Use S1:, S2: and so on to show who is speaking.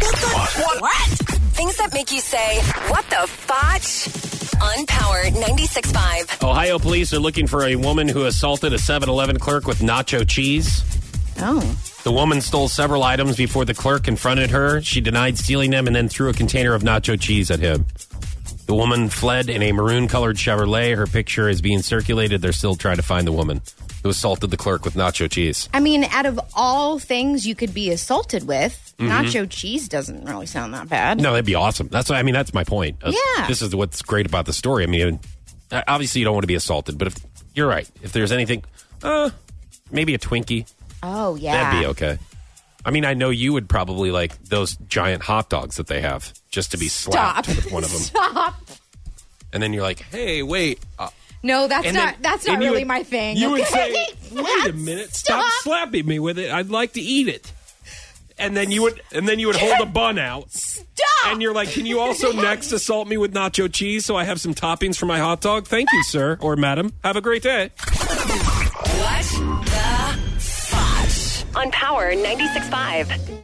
S1: What?
S2: Things that make you say, what the fotch? On Power 96.5.
S1: Ohio police are looking for a woman who assaulted a 7 Eleven clerk with nacho cheese.
S3: Oh.
S1: The woman stole several items before the clerk confronted her. She denied stealing them and then threw a container of nacho cheese at him. The woman fled in a maroon colored Chevrolet. Her picture is being circulated. They're still trying to find the woman who assaulted the clerk with nacho cheese.
S3: I mean, out of all things you could be assaulted with, nacho cheese doesn't really sound that bad.
S1: Mm-hmm. No, that'd be awesome. That's what I mean. That's my point. Uh,
S3: Yeah.
S1: This is what's great about the story. I mean, uh, obviously you don't want to be assaulted, but if you're right, if there's anything, uh, maybe a Twinkie,
S3: Oh, yeah.
S1: that'd be okay. I mean, I know you would probably like those giant hot dogs that they have just to be
S3: Stop.
S1: slapped with one of them.
S3: Stop.
S1: And then you're like, hey, wait. Uh,
S3: No, that's
S1: and
S3: not
S1: then-
S3: that's not
S1: and you
S3: really
S1: would-
S3: my thing.
S1: You would say,
S3: okay?
S1: wait a minute, stop. slapping me with it. I'd like to eat it. And then you would, and then you would hold a bun out,
S3: Stop.
S1: and you're like, "Can you also next assault me with nacho cheese so I have some toppings for my hot dog?" Thank you, sir or madam. Have a great day.
S2: What the fotch? On Power 96.5.